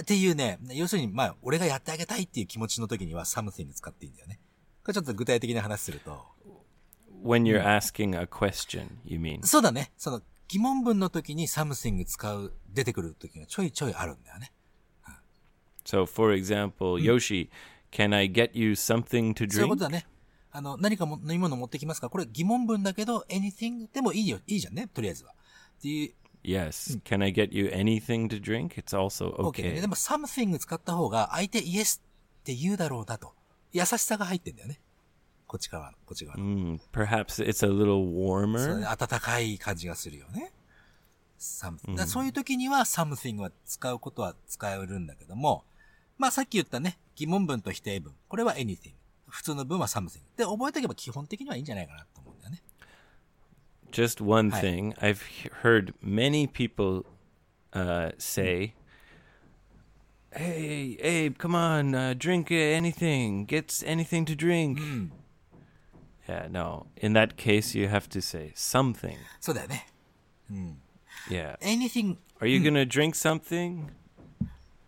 っていうね、要するに、まあ、俺がやってあげたいっていう気持ちの時には something 使っていいんだよね。これちょっと具体的な話すると、
When you're asking a question, you mean?
そうだね、その疑問文の時に something 使う、出てくる時がちょいちょいあるんだよね。
So, for example, Yoshi, can I get you something to
そういうこと
drink?
だね。あの、何かも飲み物持ってきますかこれ疑問文だけど、anything でもいいよ、いいじゃんね、とりあえずは。っていう、
Yes. Can I get you anything to drink? It's also
OK だね。
okay.
でも something 使った方が、相手 yes って言うだろうなと。優しさが入ってんだよね。こっち側の、こっち側の。
Mm, perhaps it's a little
それ
warmer.
温かい感じがするよね。some- だからそういう時には something は使うことは使えるんだけども、まあさっき言ったね、疑問文と否定文。これは anything。普通の文は something。で、覚えておけば基本的にはいいんじゃないかなと思うんだよね。
Just one
Hi.
thing I've he- heard many people uh, say. Hey, Abe, come on, uh, drink uh, anything. Get s- anything to drink. Yeah, no. In that case, you have to say something.
そうだよね。
Yeah.
anything
Are you gonna drink something?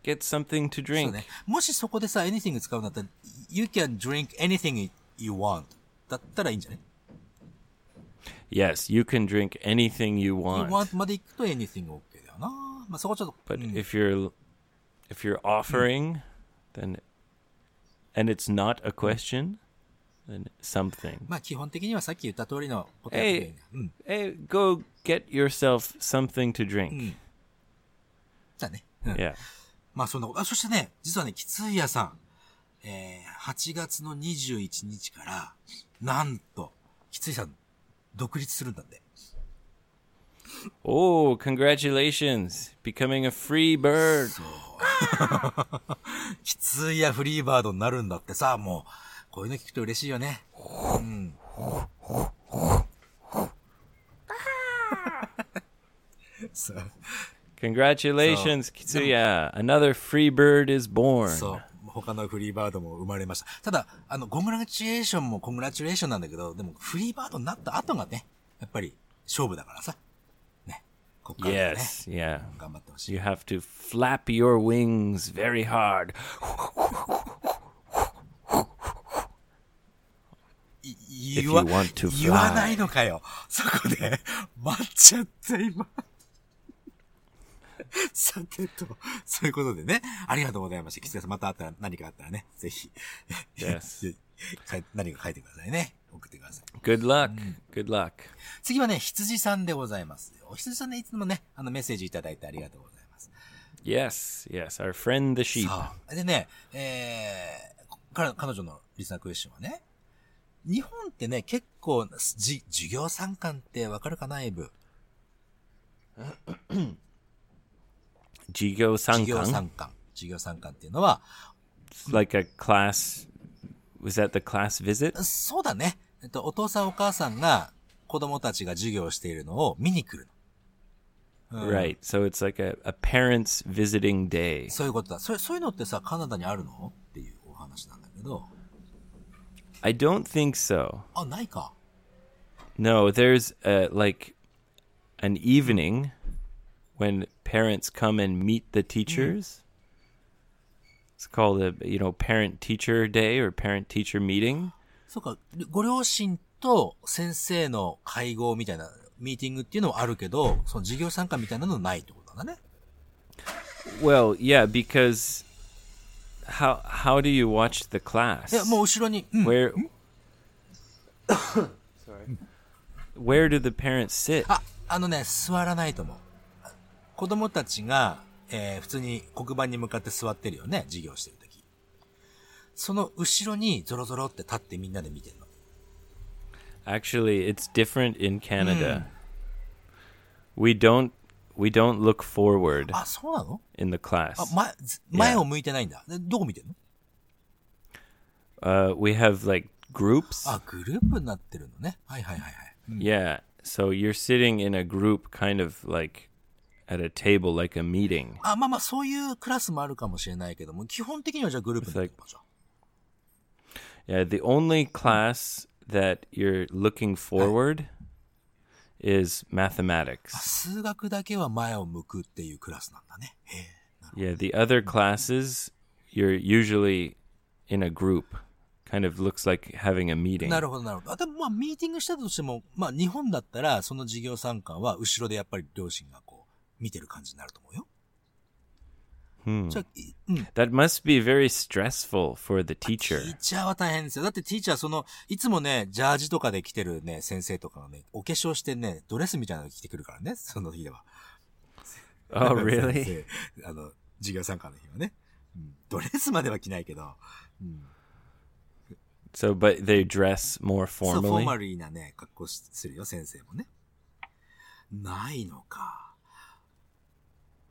Get something to
そう
drink.
ね。もしそこでさ、anything 使うんだったら、you can drink anything you want だったらいいんじゃない
Yes, you can drink anything you want.
?you want まで行くと anything OK だよな。まあ、そこちょっと、
But
うん
if you're if you're offering, then and it's not a question, then something.
まあ基本的にはさっき言った通りのことやってくればいいんだうん。
Hey, Eh, go get yourself something to drink.
じゃあね。うん。
Yeah.
まあそんなこと。あ、そしてね、実はね、きつい屋さん、えー、8月の21日から、なんと、きついさん、独立するんだって。
Oh, congratulations! Becoming a free bird.
きついやフリーバードになるんだってさ、もう、こういうの聞くと嬉しいよね。うん。そう。
Congratulations, Kitsuya! Another free bird is born.
そう。他のフリーバードも生まれました。ただ、あの、コングラチュエーションもコングラチュエーションなんだけど、でもフリーバードになった後がね、やっぱり勝負だからさ。ね。こっからだね。
Yes, yeah.
頑張ってほしい
You。have to flap your wings very hard.
い
If
言わ
you want to fly.
言わないのかよ。そこで、 待っちゃった今。 さてと、そういうことでね。ありがとうございました。吉田さん、またあったら、何かあったらね、ぜひ。
Yes.
書い何か書いてくださいね。送ってください。
Good luck. Good luck.
次はね、羊さんでございます。お羊さんね、いつもね、あの、メッセージいただいてありがとうございます。
Yes, yes, our friend the sheep.
ああでね、えー、彼彼女のリスナークエスチョンはね、日本ってね、結構、じ、授業参観ってわかるかな、エイブ。
Jigo
授業
Sankan.
参観。授業参観っていうのは、
Like a class. Was that the class visit?
そうだね。えっと、お父さんお母さんが子供たちが授業をしているのを見に来るの。
Right. So it's like a, a parents visiting day.
そういうことだ。それ、そういうのってさ、カナダにあるのっていうお話なんだけど。
I don't think so.
あ、ないか。
No, there's uh like an evening when parents come and meet the teachers. It's called a you know parent teacher day or parent teacher meeting.
そうか、ご両親と先生の会合みたいな、ミーティングっていうのはあるけど、その授業参加みたいなのないってことだね。
Well, yeah, because how how do you watch the class?
いや、もう後ろに、うん、
Where? Sorry. where do the parents sit?
あ、あのね、座らないと思う。子供たちが、えー普通に黒板に向かって座ってるよね、授業してるとき。その後ろにゾロゾロって立ってみんなで見てるの。
Actually, it's different in Canada. We don't we don't look forward
あ、そうなの
in the
あ
class.
前、ず前を向いてないんだ。でどこ見てるの
Uh, we have like groups.
あ、グループになってるのね。はいはいはいはい。
Yeah. So you're sitting in a group kind of like at a table like a meeting.
あ、まあまあ、そういうクラスもあるかもしれないけども、基本的にはじゃあグループになってるのかじゃあ
Yeah, the only class that you're looking forward is mathematics.
数学だけは前を向くっていうクラスなんだね。へえ
Yeah, the other classes you're usually in a group. Kind of looks like having a meeting.
なるほど、なるほど。あでも、まあ、ミーティングしたとしても、まあ、日本だったら、その事業参観は、後ろでやっぱり両親がこう、見てる感じになると思うよ。じゃあいうん。テ
That must be very stressful for the
ィ
teacher.
ーチャーは大変ですよ。だってティーチャー、その、いつもね、ジャージとかで来てるね、先生とかがね、お化粧してね、ドレスみたいなの着てくるからね、その日では。
Oh,
先
really?
生あの、授業参観の日はね。うんドレスまでは着ないけど、
So, but they dress more
そう、フォー
formally.
マリーなね、格好しするよ、先生もね。ないのか。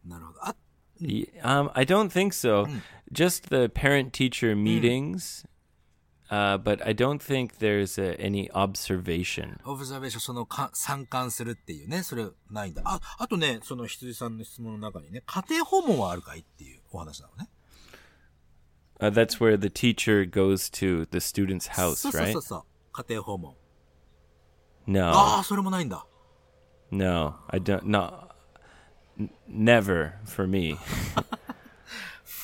なるほど。あ、
Y- Um, I don't think so. Just the parent-teacher meetings, uh, but I don't think there's uh, any observation.
オブザベーション、そのか、参観するっていうね、それないんだ。あ、あとね、その羊さんの質問の中にね、家庭訪問はあるかいっていうお話なのね。
Uh, that's where the teacher goes to the student's
そう
house,
そう
right?
そうそう。家庭訪問。あ
No,
あ、それもないんだ。
no, I don't. No, N- never for me.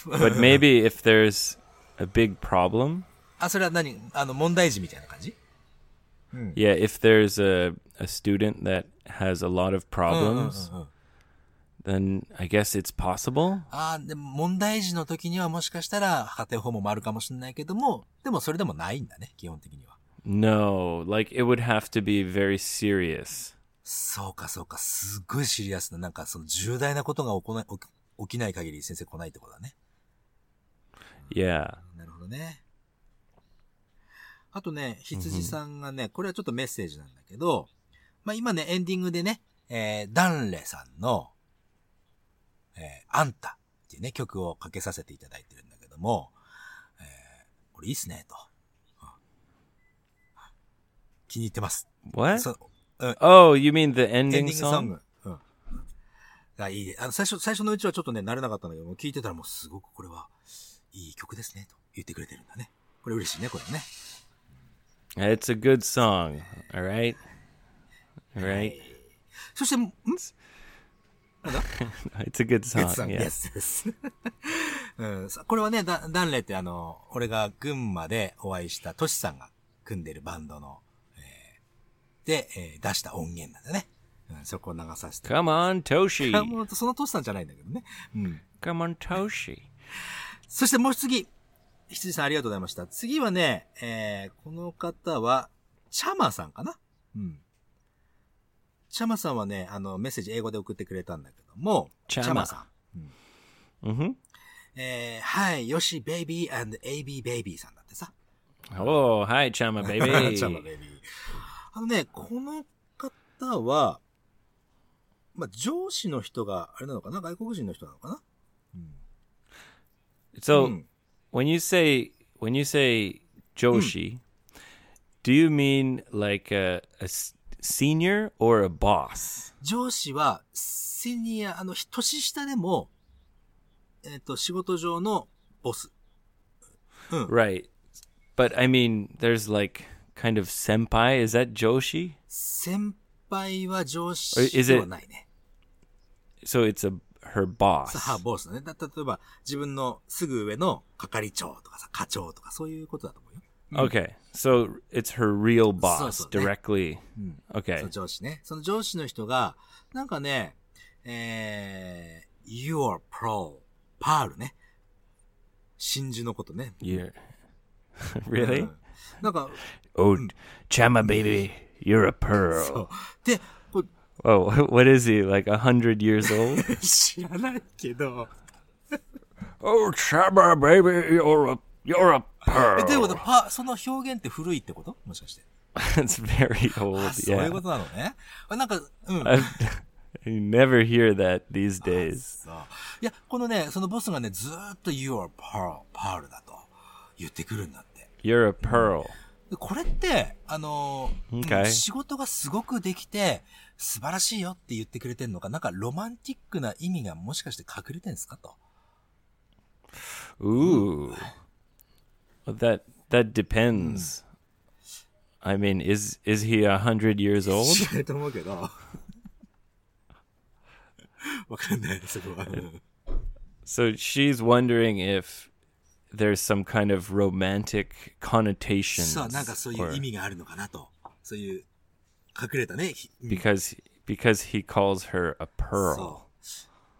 but maybe if there's a big problem,
あ、それは何あの、問題児みたいな感じ
yeah, if there's a a student that has a lot of problems, then I guess it's possible.
ああ、でも問題児の時にはもしかしたら家庭訪問もあるかもしれないけども、でもそれでもないんだね、基本的には。
No, like it would have to be very serious.
そうかそうか、すっごいシリアスな、なんかその重大なことが起こな起き起きない限り先生来ないってことだね。
Yeah.
なるほどね。あとね、羊さんがね、これはちょっとメッセージなんだけど、まあ今ね、エンディングでね、えー、ダンレさんの、えー、あんたっていうね、曲をかけさせていただいてるんだけども、えー、これいいっすね、と。うん気に入ってます。
What?
そうん
oh, you mean the
エン
ending
ディングソン
song?
グ。うん。あ、いいね。あの、最初、最初のうちはちょっとね、慣れなかったんだけども、聞いてたらもうすごくこれは、いい曲ですね、と言ってくれてるんだね。これ嬉しいね、これね。
It's a good song. All right. All right.
そして、ん
It's a good song.
さん、
yeah.
で s です。 うん、さこれはね、ダダンレイってあの、俺が群馬でお会いしたトシさんが組んでるバンドの、えーで、えー出した音源なんだね。うん、そこを流させて。
Come on,
あ
Toshi.
もうそのトシさんじゃないんだけどね。うん。
Come on, Toshi.
そしてもう次。羊さんありがとうございました。次はね、えー、この方は、チャマさんかなうん。チャマさんはね、あの、メッセージ英語で送ってくれたんだけども、
チャマ
さん。
Mm-hmm.
えー、はい、ヨシベイビー and AB ベイビーさんだってさ。
Oh, hi, Chama
チャマ
baby.
ベイビー。あのね、この方は、まあ、上司の人が、あれなのかな外国人の人なのかな
so,
Mm.
when you say when you say Joshi, do you mean like a, a s- senior or a boss?
上司は、シニア、あの、年下でも、えっ、と、仕事上のボス。
Right. But I mean, there's like kind of senpai. Is that Joshi?
先輩は上司
Is it-
ではないね。
So it's a her boss.
さあ、ボスだね。だ例えば、自分のすぐ上の係長とかさ、課長とか、そういうことだと思うよ。
Okay. Mm. So Mm. it's her real boss
so, yeah.
directly.
そ
Okay.
の上司ね。その上司の人が、なんかね、えー、your pro, パールね。真珠のことね。
Yeah. Mm. really?
うんなんか、
Oh, Chama baby. You're a pearl.
で、これ
Oh, what is he? Like a hundred years old?
知らないけど、
oh, Shabba, baby, you're a you're a
え、というこ
pearl.
とパ、その表現って古いってこともしかして。
That's very old.
あ、そうい
Yeah,
うことなのね。あなんか、うん。
you never hear that these days.
そういや、このね、そのボスがね、ずーっと You're Pearl, Pearl だと言ってくるんだって。
You're a pearl.
でこれって、あのー
Okay
うん仕事がすごくできて、素晴らしいよって言ってくれてんのか、なんかロマンティックな意味がもしかして隠れてんすかと。
Ooh, well, that that depends. I mean, is is he a hundred years old?
知らないと思うけど。わかんない、そこは。うん
So she's wondering if there's some kind of romantic connotation.
そう、なんかそうい
or-
う意味があるのかなと。そういう、隠れたね、ひ
because because he calls her a pearl.
そ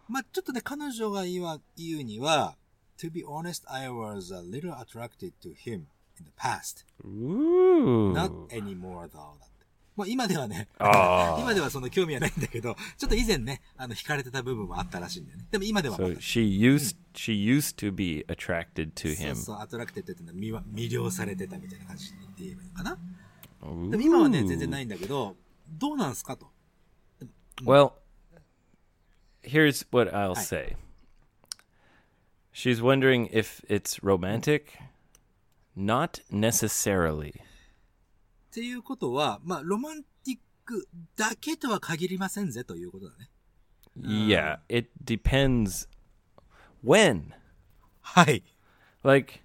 う。まあ、ちょっとね、彼女が言わ言うには、To be honest, I was a little attracted to him in the past.
Ooh.
Not anymore, though. だってまあ、今ではね、
あー
今ではその興味はないんだけど、ちょっと以前ね、あの、惹かれてた部分もあったらしいんだよね。でも今ではまた
So she used she used to be attracted to
そう
him.
そう、アトラクテッドっていうのは魅わ魅了されてたみたいな感じで言えばいいのかな。
Ooh.
でも今はね、全然ないんだけど、どうなんすかと。
Well, here's what I'll say. She's wondering if it's romantic. Not necessarily.
っていうことは、まあ、ロマンティックだけとは限りませんぜということだね。
Yeah, it depends when.
はい。
like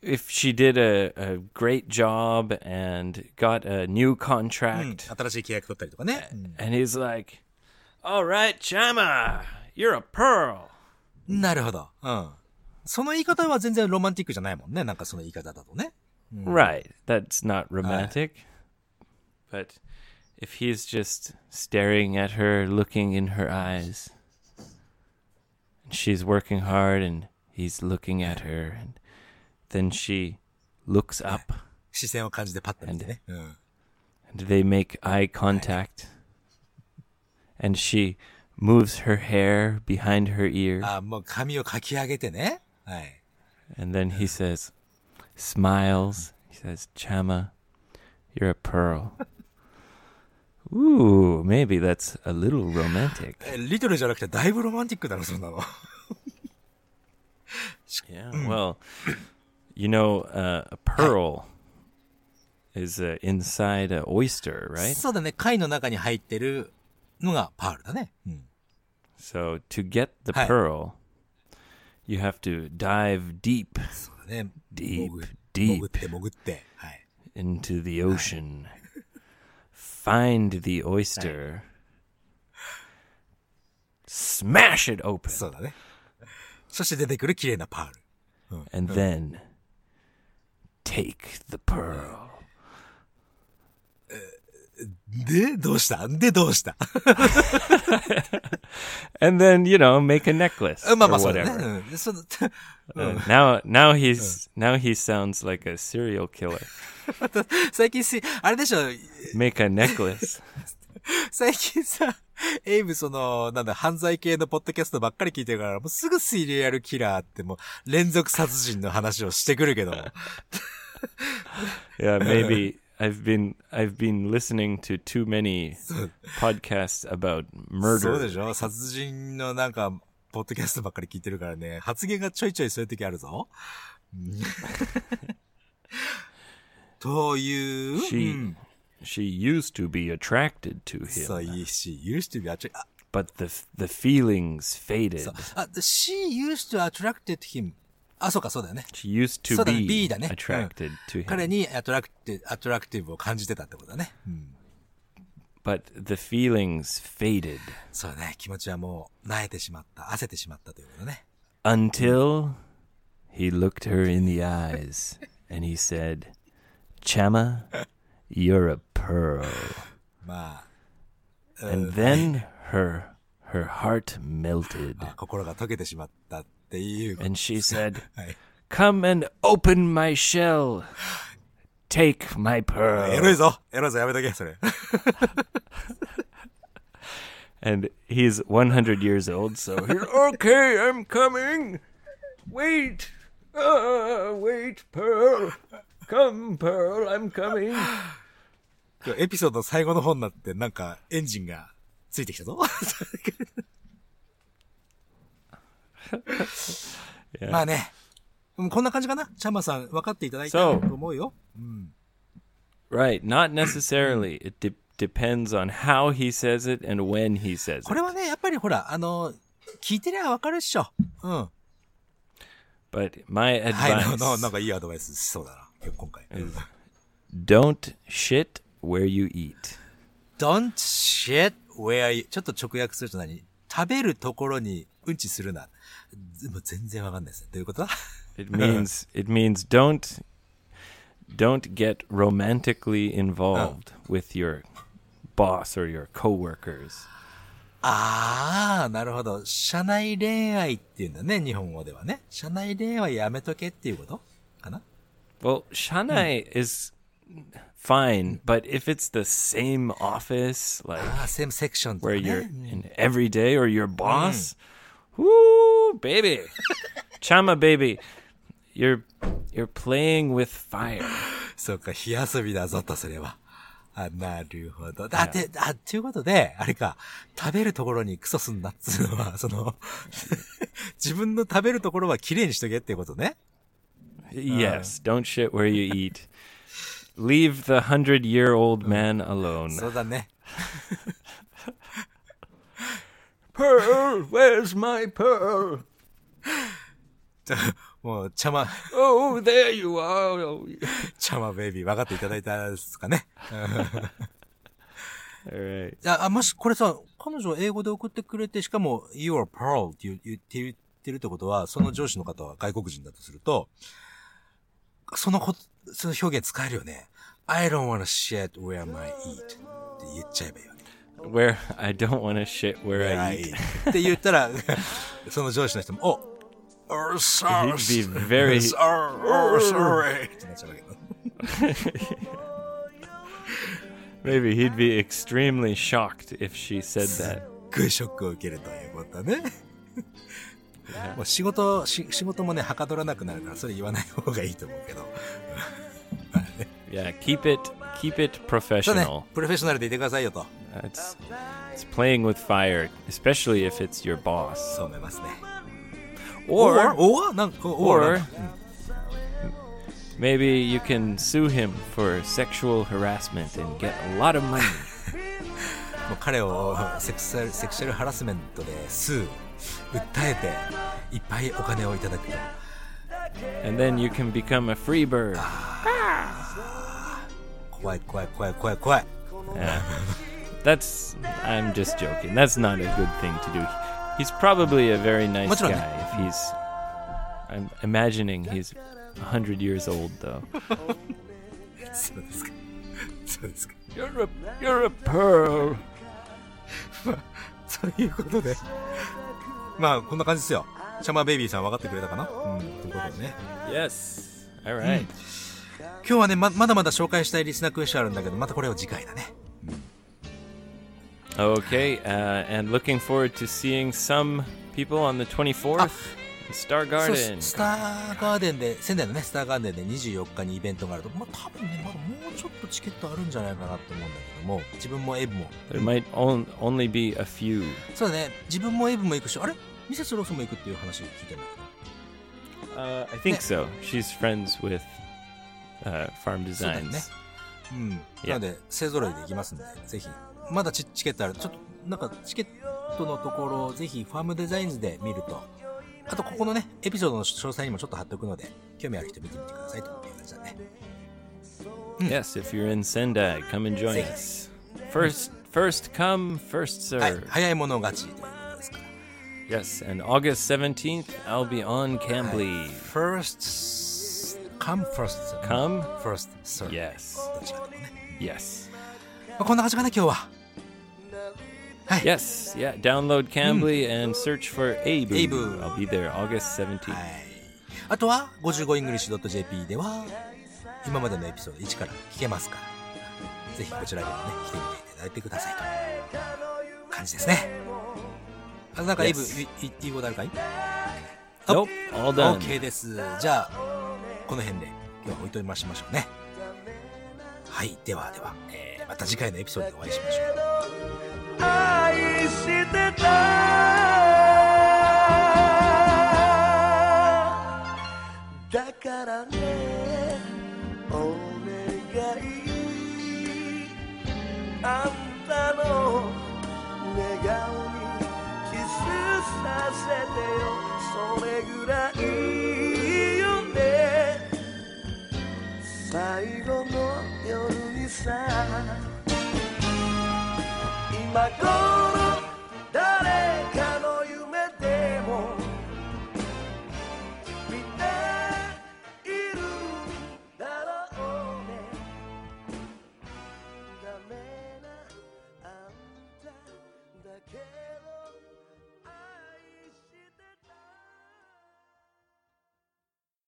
if she did a, a great job and got a new contract
新しい契約取ったりとかね。
and he's like all right chama you're a pearl
なるほど。うん。その言い方は全然ロマンティックじゃないもんね。なんかその言い方だとね。
right that's not romantic but if he's just staring at her looking in her eyes and she's working hard and he's looking at her and then she looks up
視線を感じてパッと見てね。うん。
and they make eye contact. And she moves her hair behind her ear,
あ、もう髪をかき上げてね。はい。
and then he says, smiles. He says, Chama, you're a pearl. Ooh, maybe that's a little romantic.
え、リトルじゃなくてだいぶロマンティックだろ、そんなの。
Yeah, well, you know, uh, a pearl is uh, inside a oyster, right?
そうだね。貝の中に入ってるのがパールだね。うん。
So to get the
Hi.
pearl, you have to dive deep
そうだね。
Deep,
潜
deep.
潜って潜って。はい。
into the ocean. Find the oyster. Smash it open.
そうだね。そして出てくる綺麗なパール。
and then take the pearl.
で、どうしたで、どうした
And then, you know, make a necklace
まあま
or
あ、そうだ
whatever.
ね。うんで。その
Uh, now now he's now he sounds like a serial killer.
最近す、あれでしょ、
Make a necklace.
最近さ、エイブその、なんだ、犯罪系のポッドキャストばっかり聞いてるから、もうすぐスイリアルキラーってもう連続殺人の話をしてくるけども。
Yeah, maybe I've been I've been listening to too many podcasts about
そうで
murder.
しょ殺人のなんか、ポッドキャストばっかり聞いてるからね、発言がちょいちょいそういう時あるぞ。うん という、
She
うん
she used to be attracted to him.
そう、いいし、used to be attracted, あ
but the the feelings faded.
あ、she used to attracted him. あ、そうか、そうだよね。
She used to
そうだね
be
B だね。
attracted
うん
to him,
彼にアトラクティ、アトラクティブを感じてたってことだね。うん。
but the feelings faded
そうだね。気持ちはもう、慣れてしまった。焦ってしまったということだね。
until he looked her in the eyes and he said, "Chama, you're a pearl."
ま
And then her her heart melted,
あ、心が溶けてしまったっていう。
and she said,
はい。
"Come and open my shell, Take my
エロ
pearl.
いぞエロいぞやめとけ、それ。
And he's 100 years old, so he's, okay, I'm coming. Wait. Uh, wait, Pearl. Come, Pearl, I'm coming.
エピソードの最後の方になって、なんか、エンジンがついてきたぞ。まあね。うんこんな感じかなチャンマさん、分かっていただいた
そう
と思うよ。
Right, not necessarily. It de- depends on how he says it and when he says
これ
it.
はね、やっぱりほら、あの、聞いてりゃ分かるっしょ。うん。は
But my
い、
advice
のなんかいいアドバイスしそうだな。今回。
don't shit where you eat.
Don't shit where you ちょっと直訳すると何食べるところにうんちするな。ずもう全然わかんないですね。どういう ことだ
It means it means don't don't get romantically involved with your boss or your coworkers.
ああ、なるほど。社内恋愛っていうんだね、日本語ではね。社内恋愛やめとけっていうことかな
Well, shanai is fine, but if it's the same office, like
ああ、セムセクションとか
where
ね。
you're in every day or your boss, whoo, baby, chama baby, you're you're playing with fire.
そうか、火遊びだぞとすれば。あ、なるほど。だって、あ、ということで、あれか、食べるところにクソすんなっつうの は、その、自分の食べるところは綺麗にしとけっていうことね。
Yes, don't shit where you eat. Leave the hundred-year-old man alone.
そうだね。
Pearl, where's my pearl?
ちょもう、ちゃま、
Oh, there you are. Oh,
ちゃまベイビー分かっていただいたですかね。
All right.
あ、あもし、これさ、彼女英語で送ってくれて、しかも、you're pearl って言う言って言ってるってことは、その上司の方は外国人だとすると、そのこ、その表現使えるよね。I don't wanna shit where my eat って言っちゃえばいいわけ。
Where I don't want to shit where I eat.
って言ったら、その上司の人も、お oh, sorry.
He'd be very-
sorry. Oh, sorry. ってなっちゃうわけど。
Maybe he'd be extremely shocked if she said that.
すっごいショックを受けるということだね。もう仕事し、仕事もね、はかどらなくなるから、それ言わない方がいいと思うけ ど。
Yeah, keep it keep it
そうね
professional.、
プロフェッショナルでいてくださいよと。
It's it's playing with fire, especially if it's your boss
そう思いますね。
or
or, or? なんか、or,
or maybe you can sue him for sexual harassment and get a lot of money.
もう彼をセクシャル、セクシャルハラスメントで、す、訴えて、いっぱいお金をいただくと。
and then you can become a free bird.
怖い怖い怖い怖い怖い。
That's I'm just joking. That's not a good thing to do. He's probably a very nice
What's wrong?
guy if he's I'm imagining he's 100 years old though.
そうですか。そうですか。
You're a you're a pearl.
ということで。まあ、こんな感じですよ。シャマーベイビーさん分かってくれたかなうん、ということでね。
Yes. All right.
今日はねままだまだ紹介したいリスナークエスチョンあるんだけどまたこれを次回だね
Okay, uh, and looking forward to seeing some people on the 24th in Star
そう
Garden.
スターガーデンで仙台のねスターガーデンで24日にイベントがあるとまあ多分ねまだもうちょっとチケットあるんじゃないかなと思うんだけども自分もエブも
There might on- only be a few.
そうだね自分もエブも行くしあれミセスロスも行くっていう話聞いてんだけど
Uh, I think so.
Yeah.
She's friends with uh, Farm
そうだよね
Designs.
うんなので勢ぞろいで行きますんでぜひまだチチケットあるちょっとなんかチケットのところをぜひファームデザインズで見るとあとここのねエピソードの詳細にもちょっと貼っておくので興味ある人見てみてくださいという感じだね
Yes, if you're in Sendai, come and join
Yes.
us. First, first come, first
はい
serve.、
早い者勝ちということですから。
Yes, and August 17th, I'll be on Cambly.
first, come first.
Come
first, serve.
Yes.
どちらでもね。
Yes.
まあ、こんな感じかな、今日は。
Yes, yeah, download Cambly and search for Abu.
Abu.
I'll be there August 17th.
はい。あとは、55english.jp では、今までのエピソード1から聞けますから、ぜひこちらにもね、来てみていただいてくださいと。感じですね。あなんか、イブ、
Yes.
いい言いことあるかい
Nope, all done.
?OK です。じゃあ、この辺で今日は置いといましましょうね。はい、ではでは、えーまた次回のエピソードでお会いしましょう。
愛してただからねお願いあんたの願顔にキスさせてよそれぐらいよね最後の夜にさ今頃